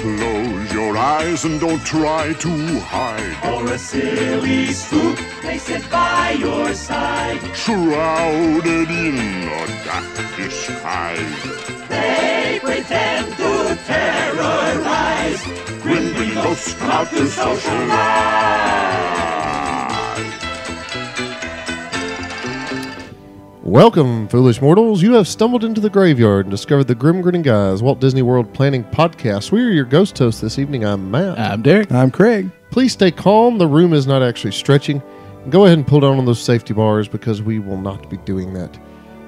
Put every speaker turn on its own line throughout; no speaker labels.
Close your eyes and don't try to hide.
Or a silly spook, they sit by your side.
Shrouded in a dark disguise.
They pretend to terrorize.
Grim green ghosts come out to socialize.
Welcome, foolish mortals. You have stumbled into the graveyard and discovered the Grim Grinning Guys Walt Disney World Planning Podcast. We are your ghost hosts this evening. I'm Matt.
I'm Derek.
I'm Craig.
Please stay calm. The room is not actually stretching. Go ahead and pull down on those safety bars because we will not be doing that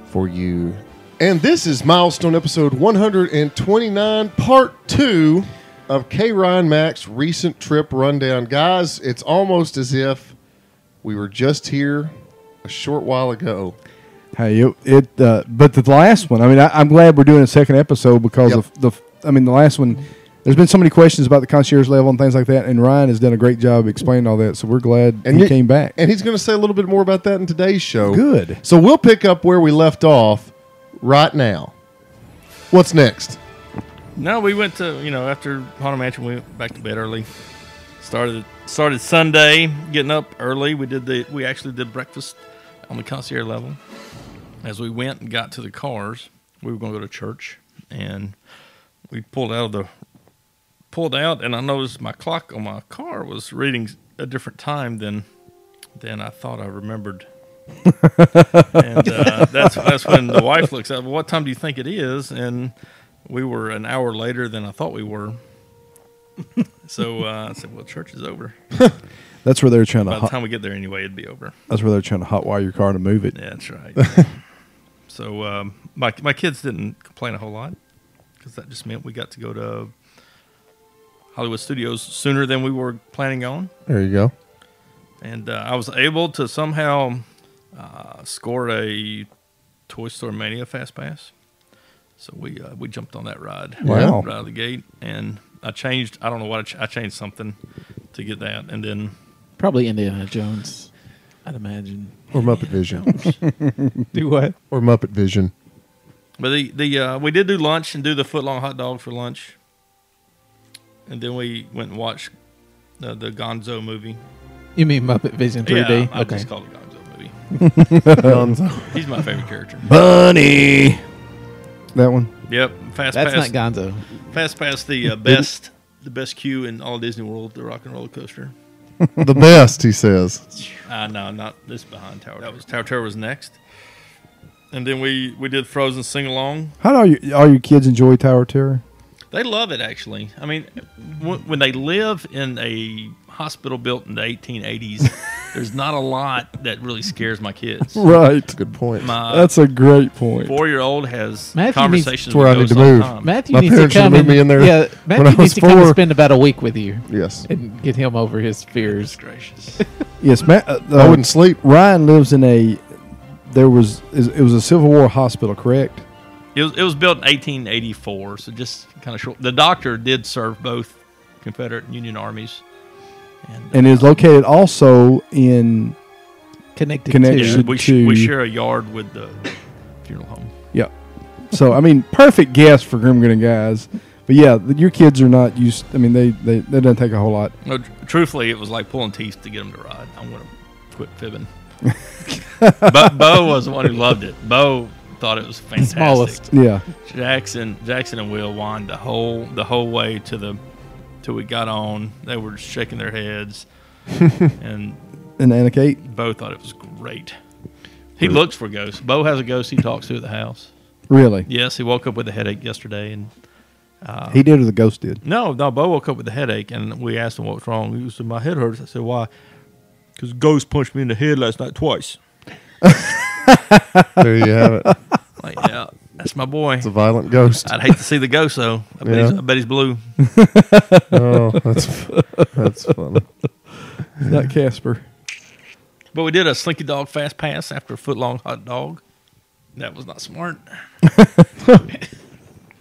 for you. And this is milestone episode 129, part two of K. Ryan Mack's recent trip rundown. Guys, it's almost as if we were just here a short while ago.
Hey, it, it uh, but the last one. I mean, I, I'm glad we're doing a second episode because
Yep.
of the. I mean, the last one. There's been so many questions about the concierge level and things like that, and Ryan has done a great job explaining all that. So we're glad he
you-
came back.
And he's going to say a little bit more about that in today's show.
Good.
So we'll pick up where we left off right now. What's next?
No, we went to you know after Haunted Mansion, we went back to bed early. Started started Sunday, getting up early. We did the we actually did breakfast on the concierge level. As we went and got to the cars, we were going to go to church, and we pulled out of the pulled out, and I noticed my clock on my car was reading a different time than than I thought I remembered. and uh, that's that's when the wife looks up. What time do you think it is? And we were an hour later than I thought we were. So uh, I said, "Well, church is over.
That's where they're trying to.
By the
Hot,
time we get there, anyway, it'd be over."
that's where they're trying to hotwire your car to move it.
Yeah, that's right. so um, my my kids didn't complain a whole lot because that just meant we got to go to Hollywood Studios sooner than we were planning on,
There you go.
and uh, I was able to somehow uh, score a Toy Story Mania Fast Pass. So we uh, we jumped on that ride
Wow.
right out of the gate, and I changed. I don't know what I, ch- I changed something to get that, and then
Probably Indiana Jones, I'd imagine.
Or Muppet Vision.
Do what?
or Muppet Vision.
But the the uh, we did do lunch and do the foot long hot dog for lunch, and then we went and watched the, the Gonzo movie.
You mean Muppet Vision 3D?
I
okay.
just called it Gonzo movie. He's my favorite character.
Bunny.
That one.
Yep, fast
That's
pass.
not Gonzo.
fast pass the uh, best the best queue in all Disney World, the Rock and Roller Coaster.
the best, he says.
Uh, no, not this behind Tower. That was Tower Terror was next, and then we we did Frozen sing along.
How do all your, all your kids enjoy Tower of Terror?
They love it, actually. I mean, w- when they live in a hospital built in the 1880s, there's not a lot that really scares my kids.
Right.
Good point.
My
That's a great point.
four-year-old has
Matthew needs-
conversations
That's where I
with
need to
ghosts all the
move.
time.
Matthew
My
needs to
parents
come
should've moved
and,
me in there
Yeah,
when I
Matthew
was
needs to come and
four.
spend about a week with you
yes.
and get him over his fears.
Gracious.
Yes, Matt. Uh,
I
uh,
wouldn't sleep.
Ryan lives in a. There was is- it was a Civil War hospital, correct?
It was, it was built in 1884, so just kind of short. The doctor did serve both Confederate and Union armies. uh,
and is located also in
Connected
Connection.
Yeah,
to.
we, sh-
to-
we share a yard with the funeral home.
yeah. So I mean, perfect guess for Grim Grinning guys. But yeah, th- your kids are not used. I mean, they they that doesn't take a whole lot.
No, tr- truthfully, it was like pulling teeth to get him to ride. I'm gonna quit fibbing. but Bo was the one who loved it. Bo thought it was fantastic.
Smallest.
Yeah,
Jackson, Jackson and Will whined the whole the whole way to the till we got on. They were shaking their heads, and
and Anna Kate.
Bo thought it was great. He looks for ghosts. Bo has a ghost he talks to at the house.
Really,
Yes, he woke up with a headache yesterday, and
he did or the ghost did.
No, no. Bo woke up with a headache, and we asked him what was wrong. He said, "My head hurts." I said, "Why?" Because ghost punched me in the head last night twice.
There you have it.
Like, yeah, that's my boy.
It's a violent ghost.
I'd hate to see the ghost though. I bet, he's,
Yeah.
I bet he's blue.
Oh, that's that's funny.
Not Casper.
But we did a slinky dog fast pass after a foot long hot dog. That was not smart.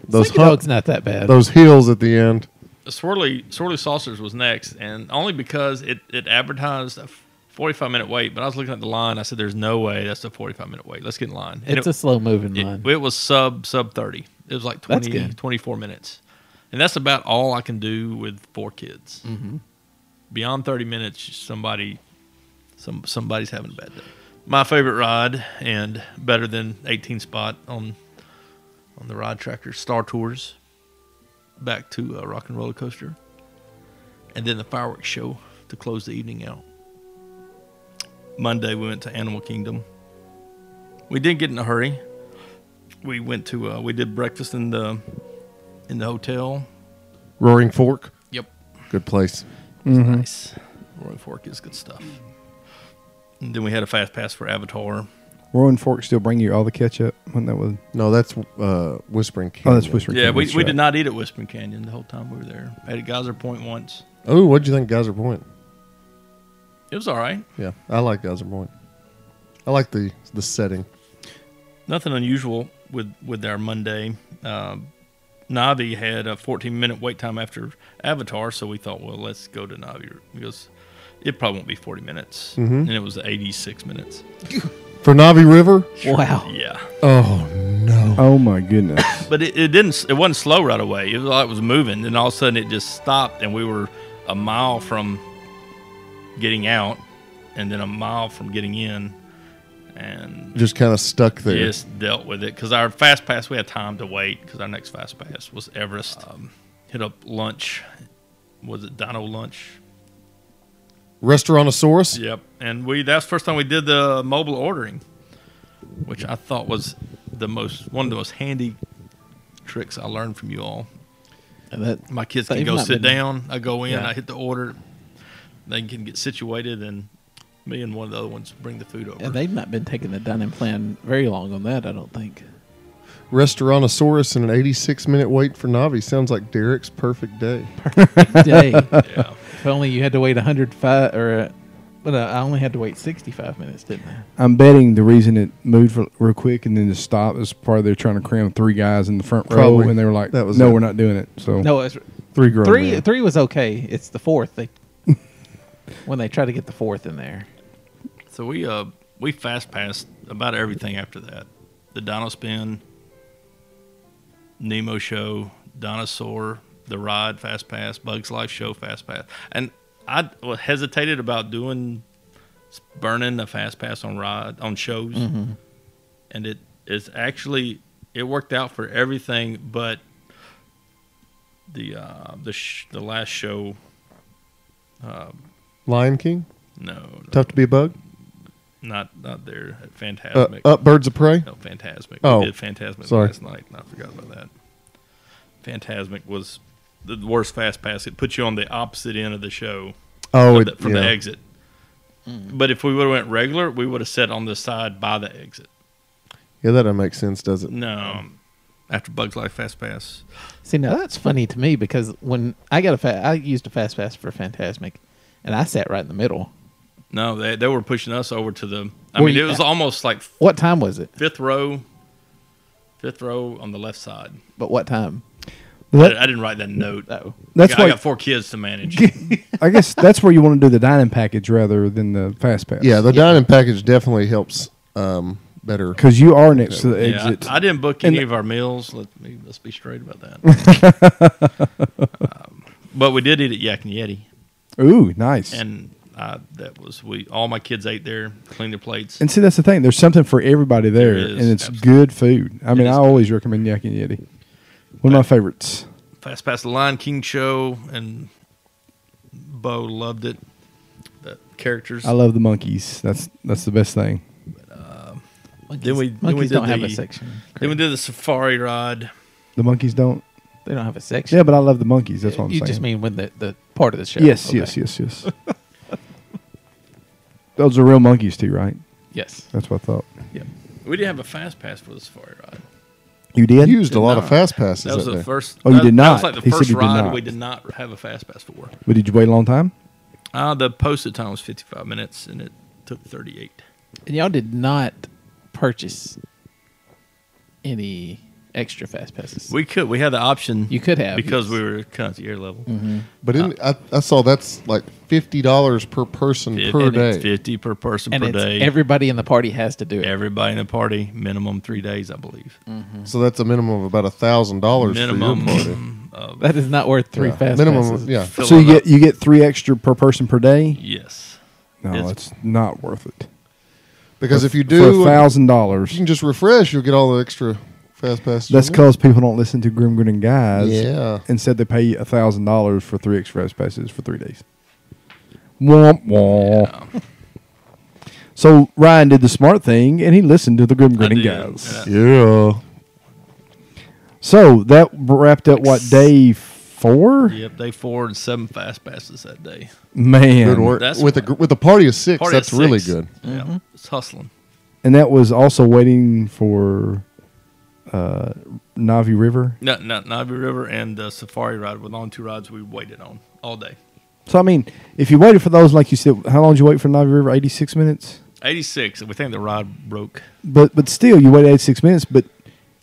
Those
Slinky
hot-
Dog's not that bad.
those heels at the end.
The swirly swirly saucers was next, and only because it it advertised a forty five minute wait. But I was looking at the line. I said, "There's no way that's a forty five minute wait. Let's get in line." And
it's
it-
a slow moving
It,
line.
it was sub sub 30. It was like
That's
20,
good.
24 minutes. and that's about all I can do with four kids.
Mm-hmm.
Beyond thirty minutes, somebody, some somebody's having a bad day. My favorite ride, and better than eighteen spot on on the ride tracker Star Tours, back to uh, Rock and Roller Coaster, and then the fireworks show to close the evening out. Monday we went to Animal Kingdom. We did get in a hurry. We went to uh, we did breakfast in the in the hotel.
Roaring Fork,
Yep.
good place.
It's nice. Roaring Fork is good stuff. And then we had a fast pass for Avatar.
Rowan Fork still bring you all the ketchup when that was.
No, that's uh, Whispering
Oh,
Canyon.
that's Whispering.
Yeah,
Canyon,
we,
that's
we
right.
did not eat at Whispering Canyon the whole time we were there. Had a Geyser Point once.
Oh, what'd you think, Geyser Point?
It was all right.
Yeah, I like Geyser Point. I like the the setting.
Nothing unusual with with our Monday. Uh, Navi had a 14 minute wait time after Avatar, so we thought, well, let's go to Navi because it probably won't be 40 minutes, and it was 86 minutes.
For Navi River,
Wow.
Yeah,
oh no.
Oh my goodness.
but it, it didn't. It wasn't slow right away. It was like it was moving, and all of a sudden it just stopped, and we were a mile from getting out, and then a mile from getting in, and
Just kind of stuck there.
Just dealt with it because our fast pass, we had time to wait because our next fast pass was Everest. Um, hit up lunch. Was it Dino Lunch?
Restaurantosaurus.
Yep. And we that's the first time we did the mobile ordering, which I thought was the most one of the most handy tricks I learned from you all.
And that
My kids
They've
can go
not
sit
been-
down. I go in,
Yeah.
I hit the order, they can get situated, and me and one of the other ones bring the food over.
and they've not been taking the dining plan very long on that, I don't think.
Restaurantosaurus and an 86 minute wait for Navi sounds like Derek's perfect day.
Day.
yeah.
if only you had to wait 105 or uh, but uh, I only had to wait 65 minutes, didn't I?
I'm betting the reason it moved for, real quick and then just stopped is probably they're trying to cram three guys in the front row
Probably.
and they were like,
That was
"No,
it.
we're not doing it." So
No, it's
three grown
three.
men.
Three was okay. It's the fourth. They when they try to get the fourth in there.
So we uh we fast passed about everything after that. The Dino Spin, Nemo Show, Dinosaur, the Ride Fast Pass, Bugs Life Show Fast Pass, and I hesitated about doing burning the Fast Pass on ride on shows, and it is actually it worked out for everything but the uh the sh- the last show.
Lion King,
No, no,
tough to be a bug.
not not there.
Uh,
Fantastic.
up Birds of Prey.
No, Fantasmic.
Oh,
we did Fantasmic
sorry.
last night, and I forgot about that. Fantasmic was the worst fast pass. It put you on the opposite end of the show
Oh,
from,
it,
the, from
yeah.
the exit. But if we would have went regular, we would have sat on the side by the exit.
yeah, that don't make sense, does it?
No, after Bugs Life Fast Pass,
See, now that's funny to me because when I got a fa- I used a fast pass for Fantasmic, and I sat right in the middle.
no, they they were pushing us over to the. I
Well,
mean, it
you-
was almost like
What time was it?
fifth row, fifth row on the left side.
But what time?
That-
I, I didn't write that note.
Oh,
That's
I, got- I
why
got four kids to manage.
I guess that's where you want to do the dining package rather than the fast pass.
Yeah, the dining package definitely helps um, better.
because you are next to the
Yeah,
exit.
I, I didn't book
And
any of our meals. Let me let's be straight about that. Um, but we did eat at Yak and Yeti,
Ooh, nice. And,
and uh, that was we. All my kids ate there, cleaned their plates.
see, that's the thing. There's something for everybody there,
There is,
and it's
absolutely.
good food. I mean,
is
I always recommend Yak and Yeti. One of my favorites.
Fast Pass the Lion King show, and Bo loved it. The characters.
I love the monkeys. That's that's the best thing.
monkeys,
Then we- then we
monkeys
did
don't have a
the-
section.
then we did the safari ride.
The monkeys don't.
They don't have a section.
Yeah, but I love the monkeys. That's what I'm
you
saying.
just mean when the, the part of the show.
yes,
Okay.
yes, yes, yes, Those are real monkeys too, right?
yes.
That's what I thought.
Yep.
We didn't have a fast pass for the safari ride.
You did.
Used a lot
not.
of fast passes.
That was
that
the
day.
first.
Oh, you
that-
did
That was
not.
like the
He said
first
you did
ride
not.
we did not have a fast pass for.
But did you wait a long time?
Uh, the posted time was 55 minutes, and it took 38.
And y'all did not purchase any extra fast passes.
We could. We had the option.
You could have,
because
yes.
we were concierge level.
But in, I, I saw that's like fifty dollars per person
uh, It-
per
and
day.
It's Fifty per person
and
per
it's
day.
everybody in the party has to do it.
Everybody in the party, minimum three days, I believe.
So that's a minimum of about a thousand dollars for your
Minimum
party.
of
that is not worth three
Yeah.
fast
minimum,
passes.
yeah.
filling
So you
up.
get you get three extra per person per day.
yes.
No,
It's-
it's, not worth it.
Because if you
for
do, uh,
a thousand
if
dollars,
you can just refresh. You'll get all the extra fast passes.
that's
you
because people don't listen to Grim Grinning Guys.
Yeah.
Instead, they pay a thousand dollars for three express passes for three days. Womp womp. So Ryan did the smart thing, and he listened to the Grim Grinning
did,
Guys.
yeah.
need. Yeah.
So that wrapped up what day four?
Yep. They forwarded seven fast passes that day.
Man,
Good work.
That's
with a
what-
gr- with a party of six,
Party of
that's really
six.
good.
Yeah. It's hustling.
and that was also waiting for uh, Navi River.
No, no, Navi River and the Safari ride were the only two rides we waited on all day.
So I mean, if you waited for those, like you said, how long did you wait for Navi River? Eighty six minutes.
86. We think the ride broke.
But but still, you waited eighty six minutes. But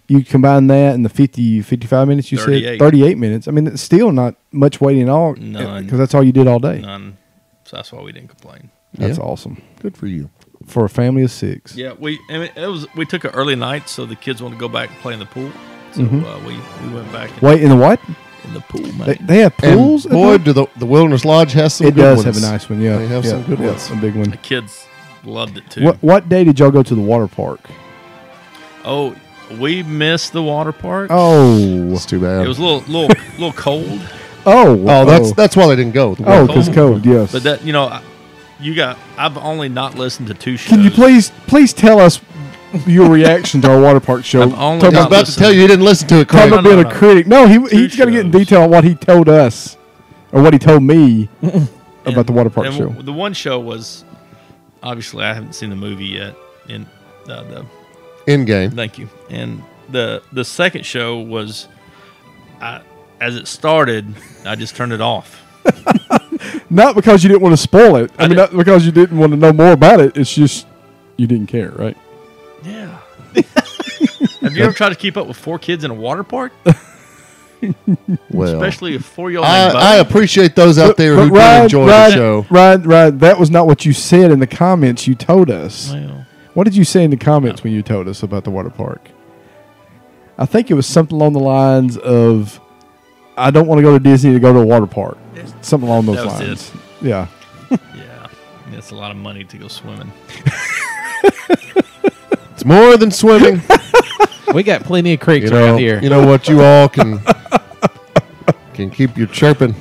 you combine that and the 50, 55 minutes you
38.
said, thirty eight minutes. I mean, it's still not much waiting at all
None.
because that's all you did all day.
None. So that's why we didn't complain.
That's
Yeah.
awesome
Good for you.
for a family of six.
Yeah, we I mean, it was we took an early night, so the kids wanted to go back and play in the pool. So uh, we, we went back and
Wait in the Mm-hmm. what?
in the pool, man.
They, they have
And
pools. at
boy,
the-
do the the Wilderness Lodge has some.
it
good
does
ones.
have a nice one. Yeah,
They have
yeah,
some good
yeah,
ones.
A big
the
one.
kids loved it too.
What what day did y'all go to the water park?
Oh, we missed the water park.
Oh,
It's too bad.
It was a little little little cold,
oh,
oh, that's that's why they didn't go. The
oh,
water-
because COVID. Yes.
but that you know, I, you got I've only not listened to two shows.
Can you please please tell us your reaction to our water park show?
I've only
Talk
I was
got-
about,
about to
listen.
tell you, you didn't listen to it.
talk
Craig.
No,
about
no,
being
no.
a critic. No, he
Two
he's got to get in
shows.
detail on what he told us or what he told me about the water park
And
show.
w- The one show was obviously I haven't seen the movie yet. In uh, the
In game.
Thank you. And the the second show was, I as it started, I just turned it off.
Not because you didn't want to spoil it. I,
I
mean,
didn't-
not because you didn't want to know more about it. It's just you didn't care, right?
Yeah. Have you ever tried to keep up with four kids in a water park,
Well,
especially a four-year-old?
I,
named
I
Bubba?
appreciate those out there who do enjoy
Ryan,
the show.
Ryan, Ryan, that was not what you said in the comments. You told us.
Well,
What did you say in the comments when you told us about the water park? I think it was something along the lines of, "I don't want to go to Disney to go to a water park." Something along those
That was
lines. Yeah,
yeah, that's a lot of money to go swimming.
It's more than swimming.
We got plenty of creeks
you know,
around here.
you know what? You all can can keep you chirping.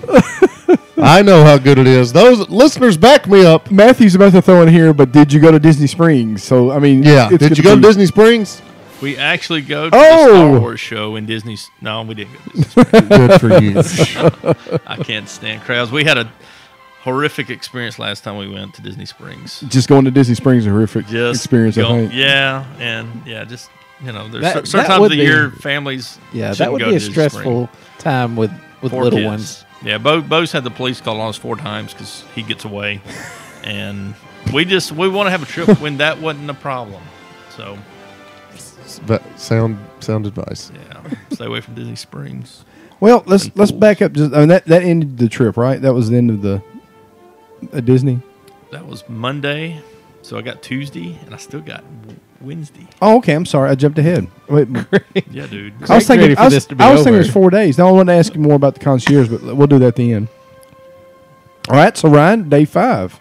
I know how good it is. Those listeners back me up.
Matthew's about to throw in here, but did you go to Disney Springs? So I mean,
Yeah.
it's
Did
gonna
you go to
be-
Disney Springs?
We actually go to the
Oh!
Star Wars show in Disney's. No, we didn't. Go to Disney. Springs.
Good for you.
I can't stand crowds. We had a horrific experience last time we went to Disney Springs.
Just going to Disney Springs is a horrific
Just
experience.
go-
I think.
Yeah, and yeah, just you know, there's
That-
cer- certain
that
times
would
of the
be-
year families.
Yeah, that
shouldn't
would
go
be
to
a
Disney Springs.
stressful time with with
Four
little
kids.
ones.
Yeah, Bo Bo's had the police call on us four times because he gets away, and we just we want to have a trip when that wasn't a problem. So
But sound sound advice.
yeah, stay away from Disney Springs.
Well, let's let's back up. Just I mean, that that ended the trip, right? That was the end of the uh, Disney.
That was Monday, so I got Tuesday, and I still got Wednesday.
Oh, okay. I'm sorry, I jumped ahead. Wait,
Yeah, dude.
I was
Get
thinking.
ready for
I was,
this to be
I was thinking it
over.
was four days. Now I want to ask you more about the concierge, but we'll do that at the end. All right. So Ryan, day five.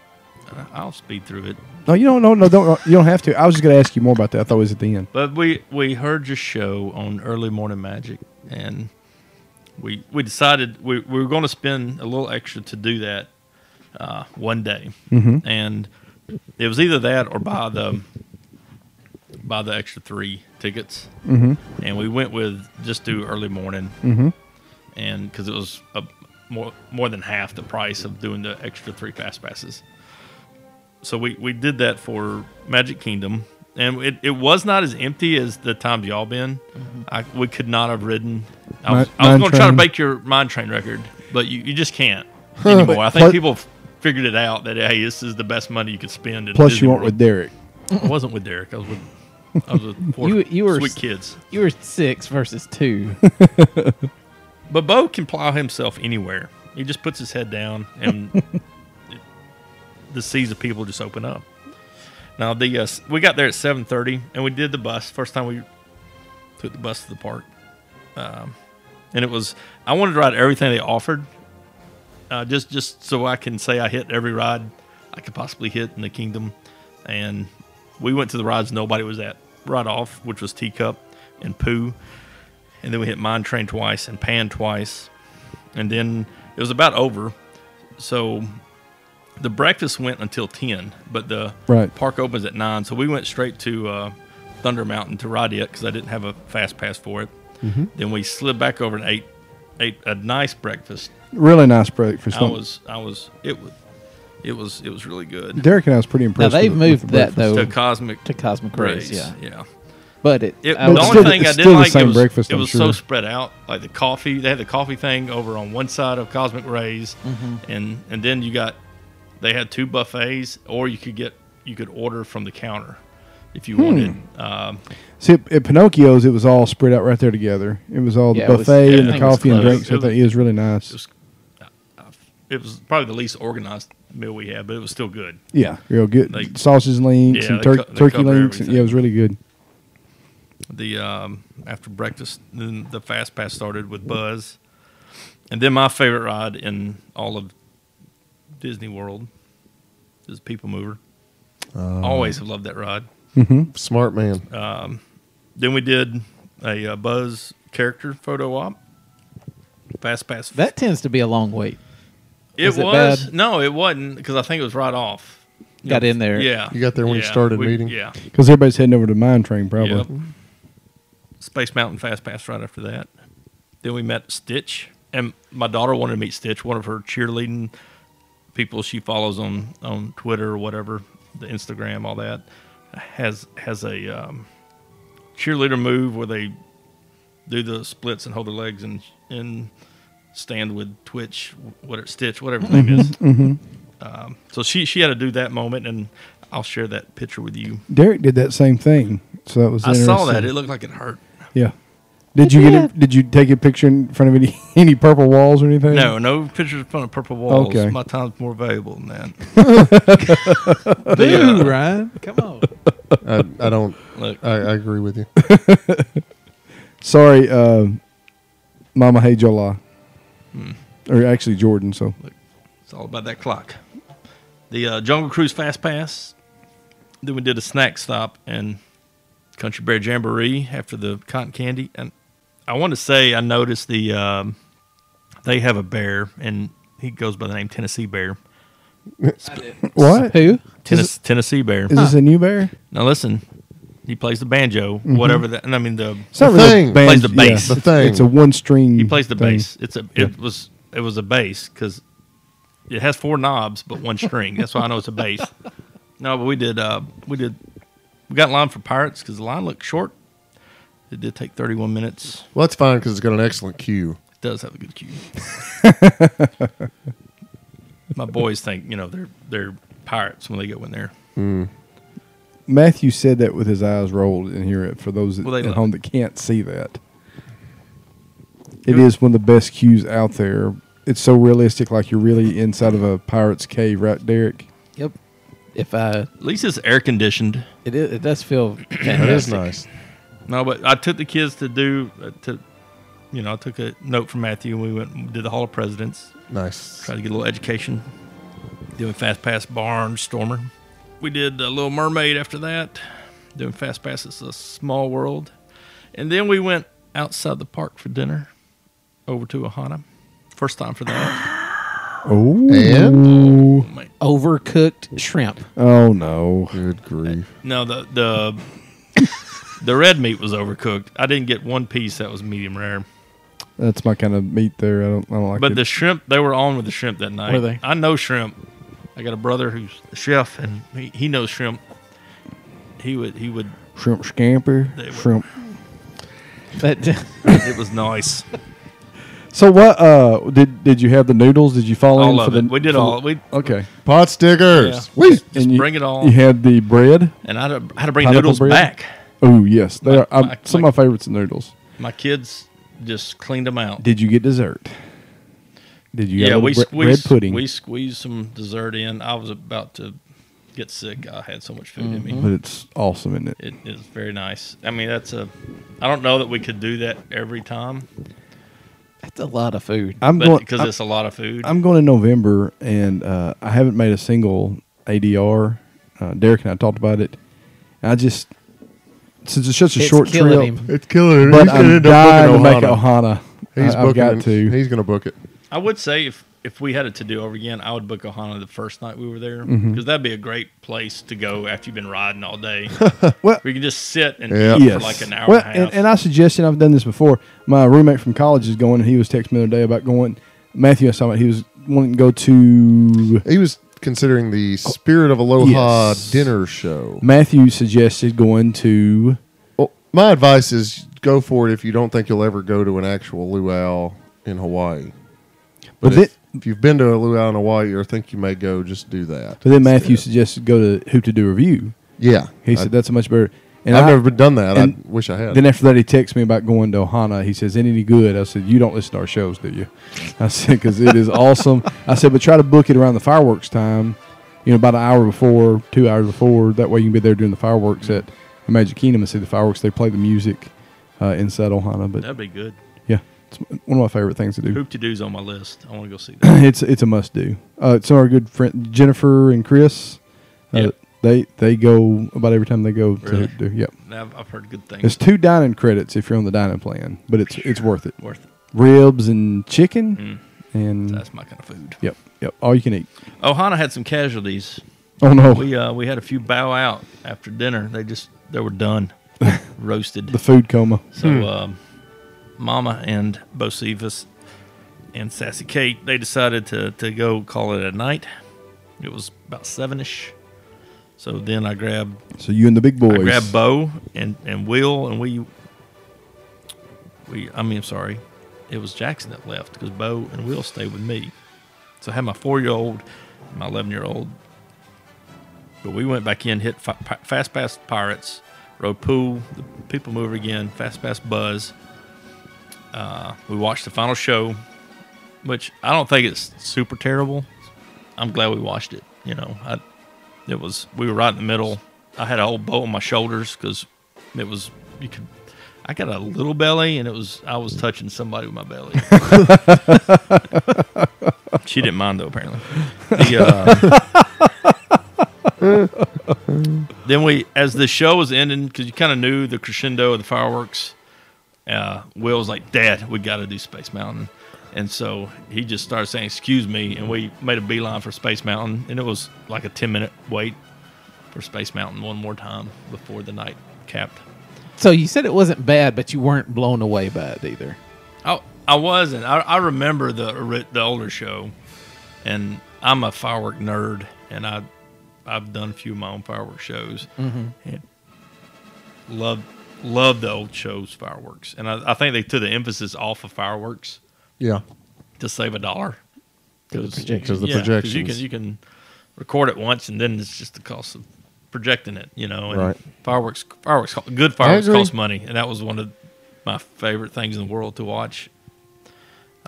I- I'll speed through it.
No, you don't. No, no, don't. You don't have to. I was just going to ask you more about that. I thought it was at the end.
But we we heard your show on early morning magic, and we we decided we, we were going to spend a little extra to do that uh, one day, mm-hmm. and it was either that or buy the buy the extra three tickets, mm-hmm. and we went with just do early morning, mm-hmm. and because it was a, more more than half the price of doing the extra three fast passes so we, we did that for Magic Kingdom, and it, it was not as empty as the times y'all been. I, we could not have ridden. I was,
Mi-
I was
mine
going to try to
train.
break your mind Mm-hmm. train record, but you, you just can't anymore. I think
Plus-
people f- figured it out that hey, this is the best money you could spend. In
Plus,
Disney
you weren't
World.
with Derek.
I wasn't with Derek. I was with I was with four
You- you were
sweet
s-
kids.
You were six versus two.
But Bo can plow himself anywhere. He just puts his head down, and the seas of people just open up. Now the uh, s- we got there at seven thirty, and we did the bus. First time we took the bus to the park, um, and it was I wanted to ride everything they offered, uh, just just so I can say I hit every ride I could possibly hit in the kingdom. And we went to the rides nobody was at right off, which was Teacup and Pooh and then we hit Mine Train twice and Pan twice, and then it was about over. So the breakfast went until ten, but the
Right.
park opens at nine, so we went straight to uh, Thunder Mountain to ride it because I didn't have a fast pass for it. Then we slid back over and ate ate a nice breakfast.
Really nice breakfast.
I was I was it was it was it was really good.
Derek and I was pretty
Now
impressed.
they've
with- with
moved
the
that
breakfast.
though
To Cosmic
to Cosmic Rays,
Rays,
yeah.
yeah.
But it,
It,
I
the
was-
it's
only
still-
thing I
it's
didn't
still the
like
same
it was,
breakfast,
it
I'm
was so
sure.
spread out. Like the coffee, they had the coffee thing over on one side of Cosmic Rays,
Mm-hmm.
and and then you got they had two buffets, or you could get you could order from the counter if
Hmm.
you wanted. Um,
See, at, at Pinocchio's, it was all spread out right there together. It was all the
Yeah, it was-
buffet
yeah,
and the
everything was
coffee and
closed.
drinks.
It
I
was-
think it was really nice.
it was uh, it was probably the least organized meal we had, but it was still good.
yeah, real good.
Like-
Sausage links
Yeah,
and
they
tur-
co- they
turkey
cover
links. And,
everything.
yeah, it was really good.
the um, after breakfast. Then the fast pass started with Buzz, and then my favorite ride in all of Disney World is People Mover.
Oh.
Always have loved that ride.
Smart man.
Then we did a uh, Buzz character photo op. Fast pass.
that tends to be a long wait.
it
was
was,
it bad?
no, it wasn't because I think it was right off.
Got in there.
Yeah,
You got there when you
Yeah,
started
we-
meeting?
Yeah,
Because everybody's heading over to Mine Train, probably.
Yep. Space Mountain Fast Pass right after that. Then we met Stitch, and my daughter wanted to meet Stitch, one of her cheerleading people she follows on on Twitter or whatever, the Instagram, all that has has a um, cheerleader move where they do the splits and hold their legs and and stand with Twitch, whatever Stitch, whatever the
Mm-hmm.
name is. Um, so she she had to do that moment, and I'll share that picture with you.
Derek did that same thing. So that was
I saw that;
interesting.
it looked like it hurt.
Yeah. Did you get it? Did you take a picture in front of any any purple walls or anything?
No, no pictures in front of purple walls.
Okay.
My time's more valuable than that.
Boo,
Yeah.
Ryan. Come on.
I, I don't.
Look,
I, I agree with you.
Sorry, uh, Mama. Hey, July.
Hmm.
Or actually, Jordan. So
it's all about that clock. The uh, Jungle Cruise Fast Pass. Then we did a snack stop and Country Bear Jamboree after the cotton candy. And I want to say I noticed the um, they have a bear and he goes by the name Tennessee Bear.
what?
Who?
Tennis, Tennessee Bear.
Is this a new bear?
Now listen, he plays the banjo,
Mm-hmm.
whatever that. And I mean the
It's not
The
really a
thing.
band-
Plays the
yeah,
bass.
The thing.
It's a one string.
He plays the bass. It's a it was it was a bass because it has four knobs but one string. That's why I know it's a bass. No, but we did uh we did we got in line for pirates because the line looked short. It did take 31 minutes.
Well, that's fine because it's got an excellent cue.
It does have a good cue. My boys think you know they're they're pirates when they go in there.
Matthew said that with his eyes rolled in here for those
Well, they
at
love
home that can't see that. It is one of the best cues out there. It's so realistic, like you're really inside of a pirate's cave, right, Derek?
Yep. If I,
At least it's air conditioned.
it, is- it does feel
That is
fantastic.
nice.
No, but I took the kids to do uh, to you know I took a note from Matthew and we went and did the Hall of Presidents.
Nice.
Try to get a little education. Doing Fast Pass Barnstormer. We did uh, Little Mermaid after that. Doing Fast Pass It's a Small World. And then we went outside the park for dinner over to Ohana. First time for that.
Oh,
And
Oh, man.
Overcooked shrimp.
oh no!
good grief.
No, the the the red meat was overcooked. I didn't get one piece that was medium rare.
That's my kind of meat there. I don't, I don't like
But
it.
the shrimp, they were on with the shrimp that night.
Were they?
I know shrimp. I got a brother who's a chef and he, he knows shrimp. He would he would
shrimp scamper,
They were-
shrimp.
That,
it was nice.
So what? Uh, did did you have the noodles? Did you follow
all
in
of
for
it.
the?
We did
for uh,
all
the-
we
Okay,
Pot stickers.
Yeah.
Whee!
just
you,
bring it all.
You had the bread.
and I had to, I had to bring
Pineapple
noodles
bread?
back.
Oh yes, they are.
My-
um
my-
some
my-
of my favorites are noodles.
My kids just cleaned them out.
Did you get dessert? Did you?
yeah,
have a
we
little bre-
squeezed
bread pudding.
We squeezed some dessert in. I was about to get sick. I had so much food in me.
but it's awesome, isn't it?
It is very nice. I mean, that's a. I don't know that we could do that every time,
That's a lot of food.
I'm
but
going.
because
I'm,
it's a lot of food.
I'm going in November, and uh, I haven't made a single ADR. Uh, Derek and I talked about it. And I just since it's such a
It's
short
killing
trip,
him.
It's killing.
but
he's gonna
I'm
end up
dying to
booking
make it
Ohana.
Ohana.
He's
I, have
booking.
got to.
He's going to book it.
I would say if if we had it to do over again, I would book Ohana the first night we were there because
Mm-hmm.
that'd be a great place to go after you've been riding all day.
Well-
we can just sit and
Yeah.
eat
yes.
for like an hour
Well,
and a half.
And, and I suggested I've done this before. My roommate from college is going, and he was texting me the other day about going. Matthew, I saw it. He was wanting to go to.
He was considering the Spirit of Aloha
Yes.
dinner show.
Matthew suggested going to.
Well, my advice is go for it if you don't think you'll ever go to an actual luau in Hawaii. But
But then,
if, if you've been to a luau in Hawaii or think you may go, just do that.
but then Matthew suggested go to Who to Do Review.
yeah,
He
I-
said that's a much better. And
I've
I-
never been done that. I
and
wish I had.
Then after that, he texts me about going to Ohana. He says, "Ain't any good?" I said, "You don't listen to our shows, do you?" I said, "Because it is awesome." I said, "But try to book it around the fireworks time, you know, about an hour before, two hours before. That way, you can be there doing the fireworks at the Magic Kingdom and see the fireworks. They play the music uh, inside Ohana, but
that'd be good.
yeah, it's one of my favorite things to do.
Hoop to do's on my list. I want to go see that.
it's it's a must do. Uh, some of our good friend Jennifer and Chris, uh,
Yep.
they they go about every time they go to
Really?
do. Yep.
I've, I've heard good things.
It's two dining credits if you're on the dining plan, but it's it's worth it.
Worth it.
Ribs and chicken and
Mm. That's my kind of food.
yep, yep, all you can eat.
Ohana had some casualties.
Oh no,
We uh, we had a few bow out after dinner. They just they were done, roasted.
the hmm. food coma.
So, um, Mama and Bocephus and Sassy Kate, they decided to, to go call it a night. It was about seven ish. So then I grabbed
So you and the big boys.
I grabbed Bo and, and Will and we we I mean I'm sorry, it was Jackson that left because Bo and Will stayed with me. So I had my four year old, my eleven year old. But we went back in, hit fa- pa- fast pass pirates, rode pool, the people mover again, fast pass buzz. Uh, we watched the final show, which I don't think it's super terrible. I'm glad we watched it. You know, I it was we were right in the middle. I had a whole bow on my shoulders because it was you could. I got a little belly, and it was I was touching somebody with my belly. she didn't mind though, apparently. The, uh, then we, as the show was ending, because you kind of knew the crescendo of the fireworks. Uh, Will was like, "Dad, we got to do Space Mountain," and so he just started saying, "Excuse me," and we made a beeline for Space Mountain, and it was like a ten minute wait for Space Mountain one more time before the night capped.
So you said it wasn't bad, but you weren't blown away by it either.
I I wasn't. I, I remember the ori- the older show, and I'm a firework nerd, and I I've done a few of my own firework shows. And love love the old shows fireworks, and I, I think they took the emphasis off of fireworks
yeah,
to save a dollar. Because
projections.
because the
you
projections.
can you can record it once, and then it's just the cost of projecting it. You know, and
Right.
Fireworks, fireworks, co- good fireworks
agree.
cost money, and that was one of my favorite things in the world to watch.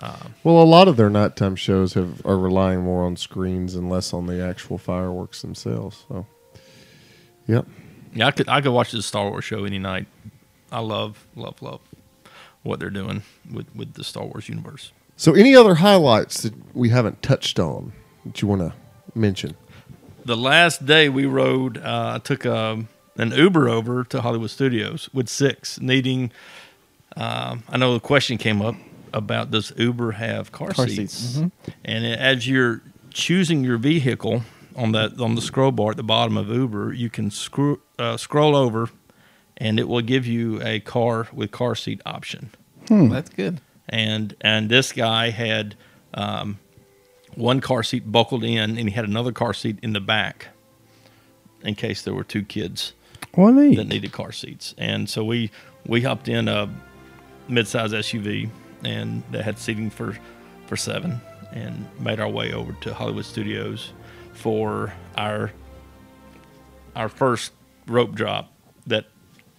well, a lot of their nighttime shows have are relying more on screens and less on the actual fireworks themselves. So, yep.
Yeah, I could I could watch the Star Wars show any night. I love love love what they're doing with with the Star Wars universe.
So, any other highlights that we haven't touched on that you want to mention?
The last day we rode, uh, I took um an Uber over to Hollywood Studios with six, needing. Um, I know the question came up about does Uber have car,
Car
seats,
seats. mm-hmm.
and as you're choosing your vehicle on that on the scroll bar at the bottom of Uber, you can screw, uh, scroll over, and it will give you a car with car seat option.
Hmm.
That's good.
and and this guy had um, one car seat buckled in, and he had another car seat in the back in case there were two kids
What neat.
that needed car seats. And so we we hopped in a midsize SUV, and that had seating for for seven, and made our way over to Hollywood Studios for our our first rope drop that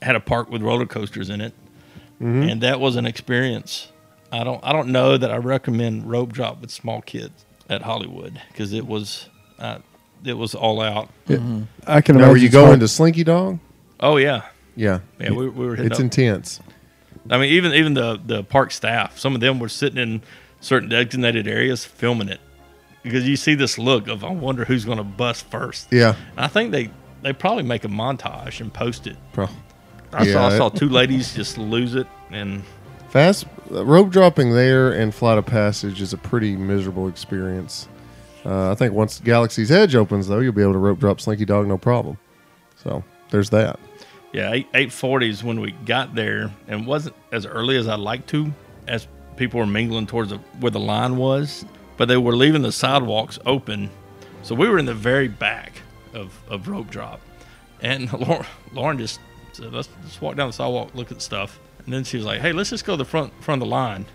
had a park with roller coasters in it, and that was an experience. I don't I don't know that I recommend rope drop with small kids at Hollywood because it was uh, it was all out.
I can
Now,
imagine.
were you
it's hard-
going to Slinky Dog?
Oh yeah,
Yeah.
yeah. We, we were hitting
It's
up-
intense.
I mean, even even the the park staff, some of them were sitting in certain designated areas filming it because you see this look of I wonder who's going to bust first.
Yeah.
And I think they they probably make a montage and post it.
Pro.
I saw I
Yeah.
saw two ladies just lose it and
Fast uh, rope dropping there and flight of passage is a pretty miserable experience. Uh, I think once Galaxy's Edge opens, though, you'll be able to rope drop Slinky Dog no problem. So there's that.
yeah, eight eight forties when we got there and wasn't as early as I'd like to as people were mingling towards the, where the line was, but they were leaving the sidewalks open, so we were in the very back of of rope drop, and Lauren, Lauren just said, "Let's just walk down the sidewalk, look at stuff," and then she was like, "Hey, let's just go to the front front of the line."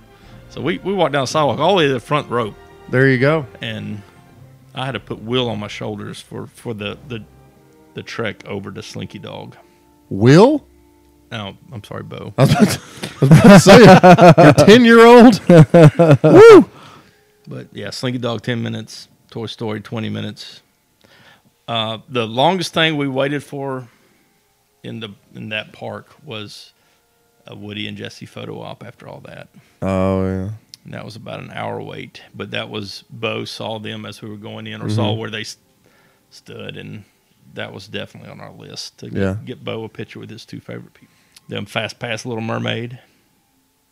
So we we walked down the sidewalk all the way to the front rope,
There you go.
and I had to put Will on my shoulders for for the the the trek over to Slinky Dog.
Will?
No, Oh, I'm sorry, Bo.
I was about to, I was about to say, your 10 year old?
But yeah, Slinky Dog 10 minutes, Toy Story 20 minutes. Uh, the longest thing we waited for in the in that park was a Woody and Jesse photo op after all that.
Oh, yeah.
And that was about an hour wait, but that was Bo saw them as we were going in or saw where they s- stood and that was definitely on our list to get,
Yeah.
get Bo a picture with his two favorite people. Then Fast Pass Little Mermaid.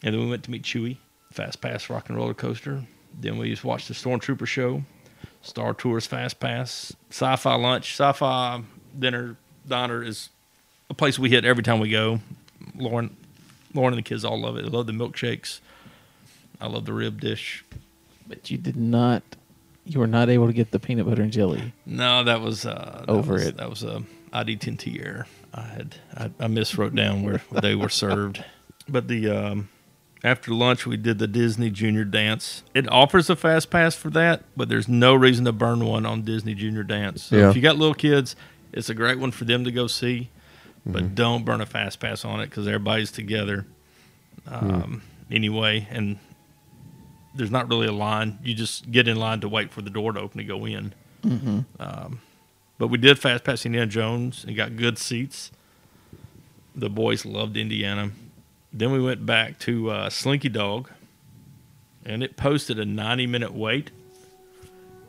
And then we went to meet Chewie, Fast Pass Rock and Roller Coaster. Then we just watched the Stormtrooper show, Star Tours Fast Pass, Sci Fi Lunch. Sci Fi Dinner Diner is a place we hit every time we go. Lauren, Lauren and the kids all love it. They love the milkshakes. I love the rib dish.
But you did not. You were not able to get the peanut butter and jelly.
No, that was uh, that
Over
was-
it.
That was a ID Tintier. E I had I, I miswrote down where they were served. But the um, after lunch we did the Disney Junior Dance. It offers a fast pass for that, but there's no reason to burn one on Disney Junior Dance. So
Yeah.
if you got little kids, it's a great one for them to go see. But don't burn a fast pass on it because everybody's together um, anyway, and there's not really a line. You just get in line to wait for the door to open to go in. Um, But we did fast pass Indiana Jones and got good seats. The boys loved Indiana. Then we went back to uh, Slinky Dog, and it posted a 90 minute wait.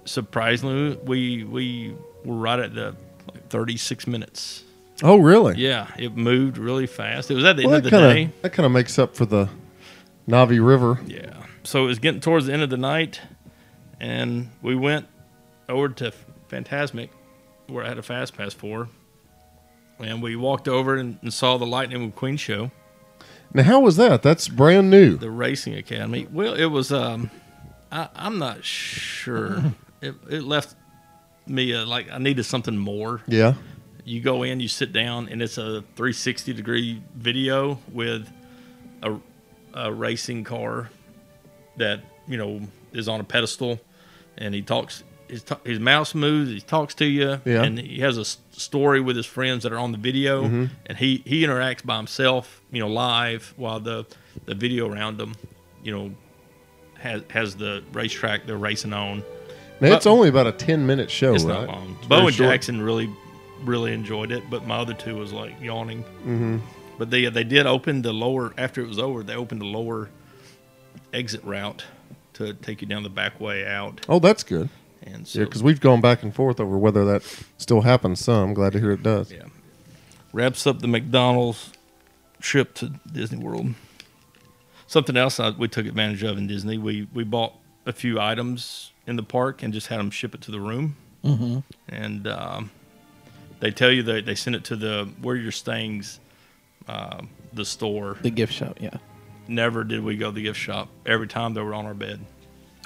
Surprisingly, we we were right at the like 36 minutes.
Oh, really?
Yeah, it moved really fast. It was at the
Well,
end of
that
the
kind
day.
of that kind of makes up for the Navi River.
Yeah. So it was getting towards the end of the night, and we went over to Fantasmic, where I had a fast pass for, and we walked over and, and saw the Lightning McQueen show,
Now, how was that? That's brand new.
the Racing Academy. Well, it was. Um, I, I'm not sure. it, it left me uh, like I needed something more.
Yeah.
you go in, you sit down, and it's a 360 degree video with a, a racing car that you know is on a pedestal, and he talks. His, t- his mouse moves. He talks to you,
Yeah.
and he has a s- story with his friends that are on the video, and he he interacts by himself, you know, live while the the video around him, you know, has has the racetrack they're racing on.
Now, it's
But-
only about a 10 minute show,
It's
right?
not long.
Oh, It's
Bo
very
and
short.
Jackson really, really enjoyed it, but my other two was like yawning. Mm-hmm. But they they did open the lower after it was over. They opened the lower exit route to take you down the back way out,
Oh, that's good.
and so
Yeah, because we've gone back and forth over whether that still happens. So I'm glad to hear it does.
yeah. wraps up the McDonald's trip to Disney World. Something else I, we took advantage of in Disney, we we bought a few items in the park and just had them ship it to the room. Mm-hmm. And um, they tell you they they send it to the where you're staying's uh, the store.
The gift shop, yeah.
Never did we go to the gift shop. Every time they were on our bed,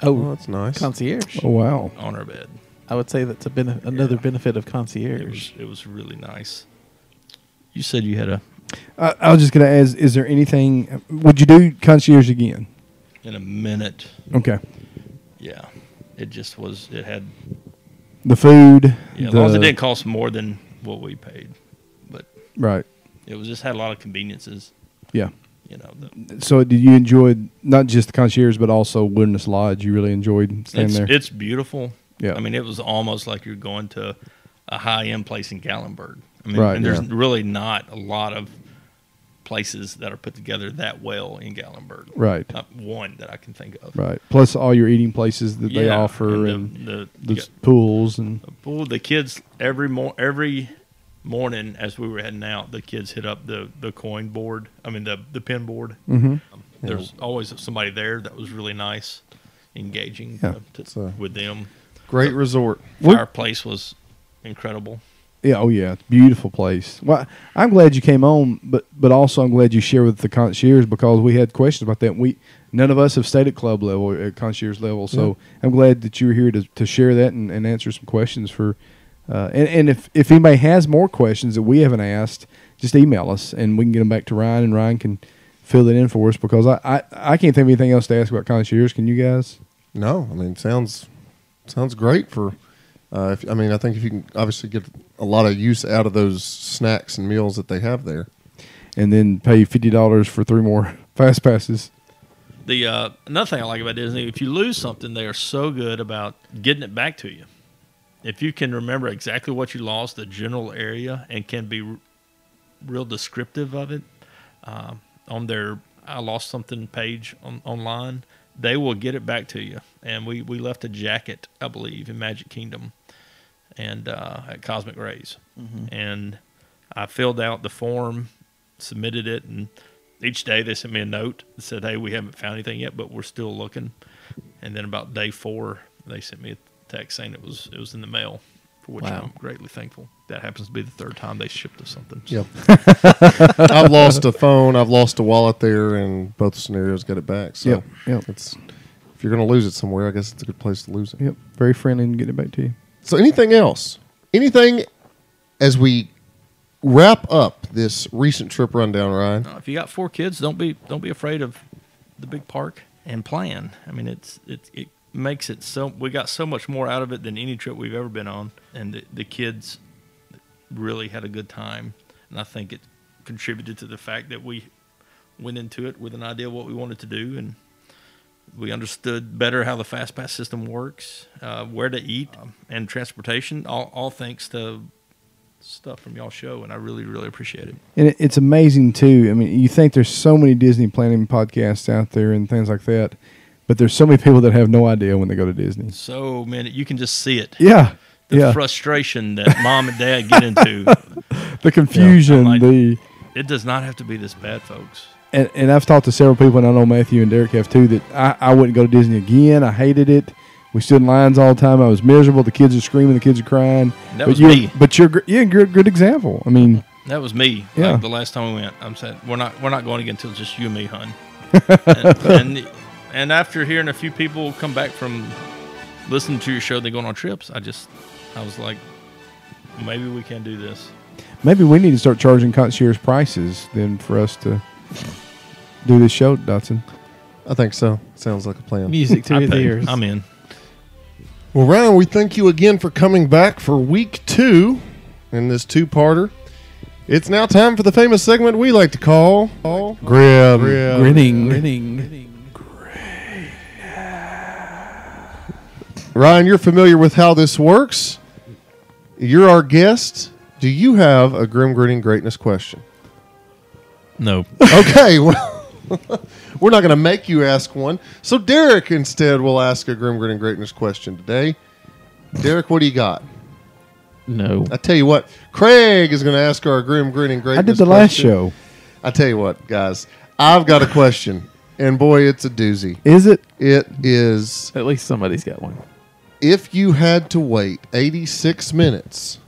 Oh,
Well, that's nice.
concierge.
Oh wow.
on our bed.
I would say that's a benef- another benefit of
It
concierge.
was it was really nice. You said you had a
I, I was just gonna ask: Is there anything? Would you do concierge again?
in a minute.
Okay.
Yeah, it just was. It had
The food.
Yeah, as
the,
long as it didn't cost more than what we paid. But
Right.
It was just had a lot of conveniences.
Yeah.
You know, the,
So did you enjoy not just the concierge but also Wilderness Lodge? You really enjoyed staying
it's
there.
it's beautiful.
Yeah.
I mean, it was almost like you're going to a high end place in Gallenberg. I mean,
Right,
and there's
yeah.
really not a lot of places that are put together that well in Gallenberg.
right.
Not one that I can think of.
Right. Plus all your eating places that they
Yeah,
offer
and
and,
the, the,
the
yeah.
s- pools and
Well, the kids every mor- every morning as we were heading out, the kids hit up the the coin board. I mean the the pin board. Mm-hmm. Um, There's always somebody there that was really nice, engaging
Yeah.
uh, to-
So-
with them.
Great resort.
Fireplace was incredible.
yeah, oh yeah, it's a beautiful place. Well, I'm glad you came on, but but also I'm glad you shared with the concierge because we had questions about that. We none of us have stayed at club level at concierge level, so I'm glad that you were here to, to share that and, and answer some questions for. Uh, and and if if anybody has more questions that we haven't asked, just email us and we can get them back to Ryan and Ryan can fill it in for us because I I, I can't think of anything else to ask about concierge. Can you guys?
No, I mean sounds sounds great for. Uh, if, I mean, I think if you can obviously get a lot of use out of those snacks and meals that they have there.
and then pay fifty dollars for three more fast passes.
The uh, another thing I like about Disney, if you lose something, they are so good about getting it back to you. If you can remember exactly what you lost, the general area, and can be r- real descriptive of it um, on their "I lost something" page on, online, they will get it back to you. And we we left a jacket, I believe, in Magic Kingdom, and uh, at Cosmic Rays, and I filled out the form, submitted it, and each day they sent me a note that said, "Hey, we haven't found anything yet, but we're still looking." And then about day four, they sent me a text saying it was it was in the mail, for which
Wow.
I'm greatly thankful. That happens to be the third time they shipped us something. So-
Yep. I've lost a phone. I've lost a wallet there, and both scenarios got it back. So
Yep, yep.
it's if you're going to lose it somewhere, I guess it's a good place to lose it.
Yep, very friendly and getting it back to you.
So anything else? Anything as we wrap up this recent trip rundown, Ryan?
Uh, if you got four kids, don't be don't be afraid of the big park and plan. I mean, it's it it makes it so we got so much more out of it than any trip we've ever been on, and the, the kids really had a good time, and I think it contributed to the fact that we went into it with an idea of what we wanted to do and. We understood better how the fast pass system works, uh, where to eat, um, and transportation. All, all thanks to stuff from y'all show, and I really, really appreciate it.
And it, it's amazing too. I mean, you think there's so many Disney planning podcasts out there and things like that, but there's so many people that have no idea when they go to Disney.
so many you can just see it
Yeah,
the
yeah,
frustration that mom and dad get into
the confusion,
like-
the
it does not have to be this bad folks
and, and I've talked to several people, and I know Matthew and Derek have too, that I, I wouldn't go to Disney again. I hated it. We stood in lines all the time. I was miserable. The kids are screaming. The kids are crying.
That
but
was
you're,
me.
But you're, gr- you're a good, good example. I mean,
that was me
Yeah.
like the last time we went i'm saying we're not we're not going again until just you and me hun and, and and after hearing a few people come back from listening to your show they're going on trips i just i was like maybe we can do this
Maybe we need to start charging concierge prices then for us to do this show, Dotson.
I think so. Sounds like a plan.
Music to
I
his
paid.
ears.
i'm in
Well, Ryan, we thank you again for coming back for week two in this two parter. It's now time for the famous segment we like to call Grim.
grinning. grinning.
Ryan, you're familiar with how this works. You're our guest. Do you have a Grim Grinning Greatness question?
no
Mm-hmm. Okay, well, we're not going to make you ask one. So, Derek instead will ask a Grim Grinning Greatness question today. Derek, what do you got?
No.
I tell you what, Craig is going to ask our Grim Grinning Greatness
I did the last
question.
show.
I tell you what, guys, I've got a question, and boy, it's a doozy.
Is it?
It is
At least somebody's got one.
if you had to wait 86 minutes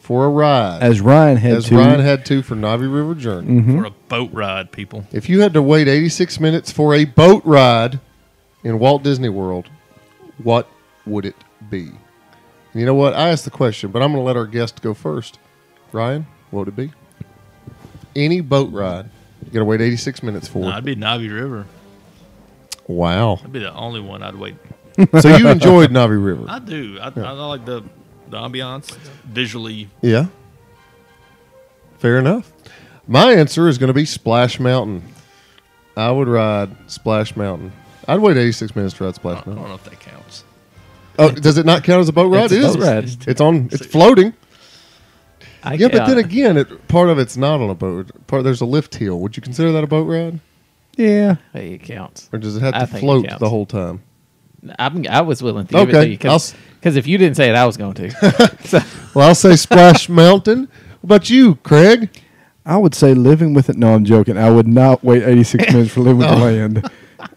for a ride, as,
Mm-hmm. As Ryan had to. Mm-hmm.
Ryan had to for Navi River Journey,
for a boat ride people
if you had to wait 86 minutes for a boat ride in Walt Disney World, what would it be? And you know what? I asked the question, but I'm going to let our guest go first. Ryan, what would it be? Any boat ride. You got to wait 86 minutes for
no, i'd be navi river
Wow.
i'd be the only one i'd wait
so you enjoyed Navi River?
I do. I, I like the the ambiance visually.
yeah. Fair enough. My answer is going to be Splash Mountain. I would ride Splash Mountain. I'd wait 86 minutes to ride
I
Splash
don't
Mountain.
know if that counts.
Oh, does it not count as a boat ride?
It's a
It is.
boat ride.
It's on. It's floating.
I
Yeah, but
can't-
then again, it, part of it's not on a boat. Part there's a lift hill. Would you consider that a boat ride,
Yeah.
Hey, it counts.
or does it have
I
to
think it
float
counts.
the whole time?
I'm, I was willing to give
Okay,
it to you because if you didn't say it, I was going to. so,
Well, I'll say Splash Mountain. What about you, Craig?
I would say living with it. No, I'm joking. I would not wait 86 minutes for living with the land.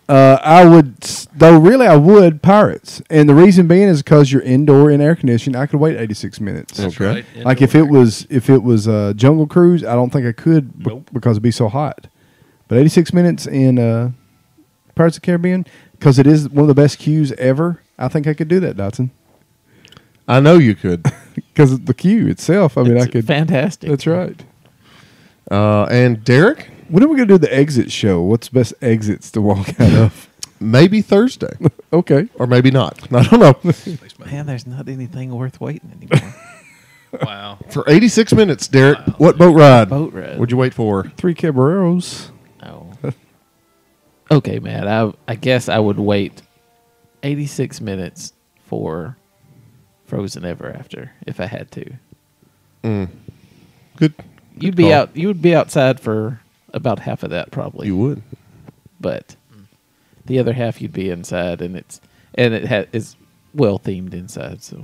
Uh, I would, s- though. Really, I would pirates, and the reason being is because you're indoor and air conditioned. I could wait 86 minutes.
That's right.
Like if it was if it was uh, Jungle Cruise, I don't think I could b-
Nope.
because it'd be so hot. But 86 minutes in uh, Pirates of the Caribbean because it is one of the best queues ever. I think I could do that, Dotson.
I know you could.
Because the queue itself, I mean, I
it's
could.
fantastic.
That's right.
Uh, and Derek,
When are we gonna do the exit show? What's the best exits to walk out of?
maybe Thursday,
Okay.
or maybe not. I don't know.
Man, there's not anything worth waiting anymore.
wow.
For 86 minutes, Derek, what boat ride?
Boat ride.
Would you wait for?
Three Caballeros.
Oh. okay, man. I I guess I would wait 86 minutes for Frozen Ever After if I had to.
Good.
You'd be
call.
out. You would be outside for about half of that probably.
You would.
but the other half you'd be inside, and it's and it ha- is well themed inside. So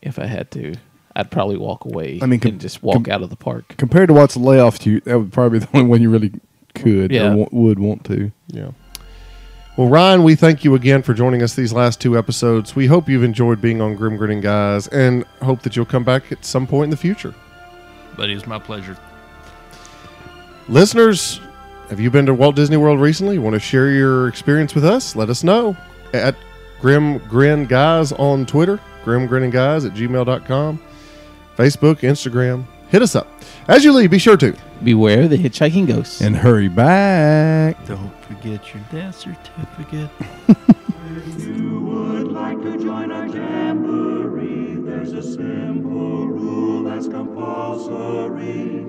if I had to, I'd probably walk away.
I mean, com-
and just walk
com-
out of the park.
Compared to what's layoff to you, that would probably be the only one you really could
Yeah.
or wa- would want to.
Yeah. Well, Ryan, we thank you again for joining us these last two episodes. We hope you've enjoyed being on Grim Grinning Guys and hope that you'll come back at some point in the future.
But it was my pleasure.
Listeners, have you been to Walt Disney World recently? Want to share your experience with us? Let us know at Grim Grin Guys on Twitter, Grim Grinning Guys at gmail.com, Facebook, Instagram. Hit us up. As you leave, be sure to.
Beware the hitchhiking ghosts.
And hurry back.
Don't forget your death certificate.
would like to join our jamboree, there's a simple rule that's compulsory.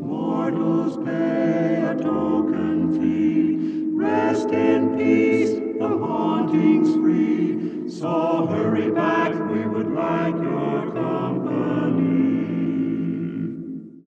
Mortals pay a token fee. Rest in peace, the haunting's free. So hurry back.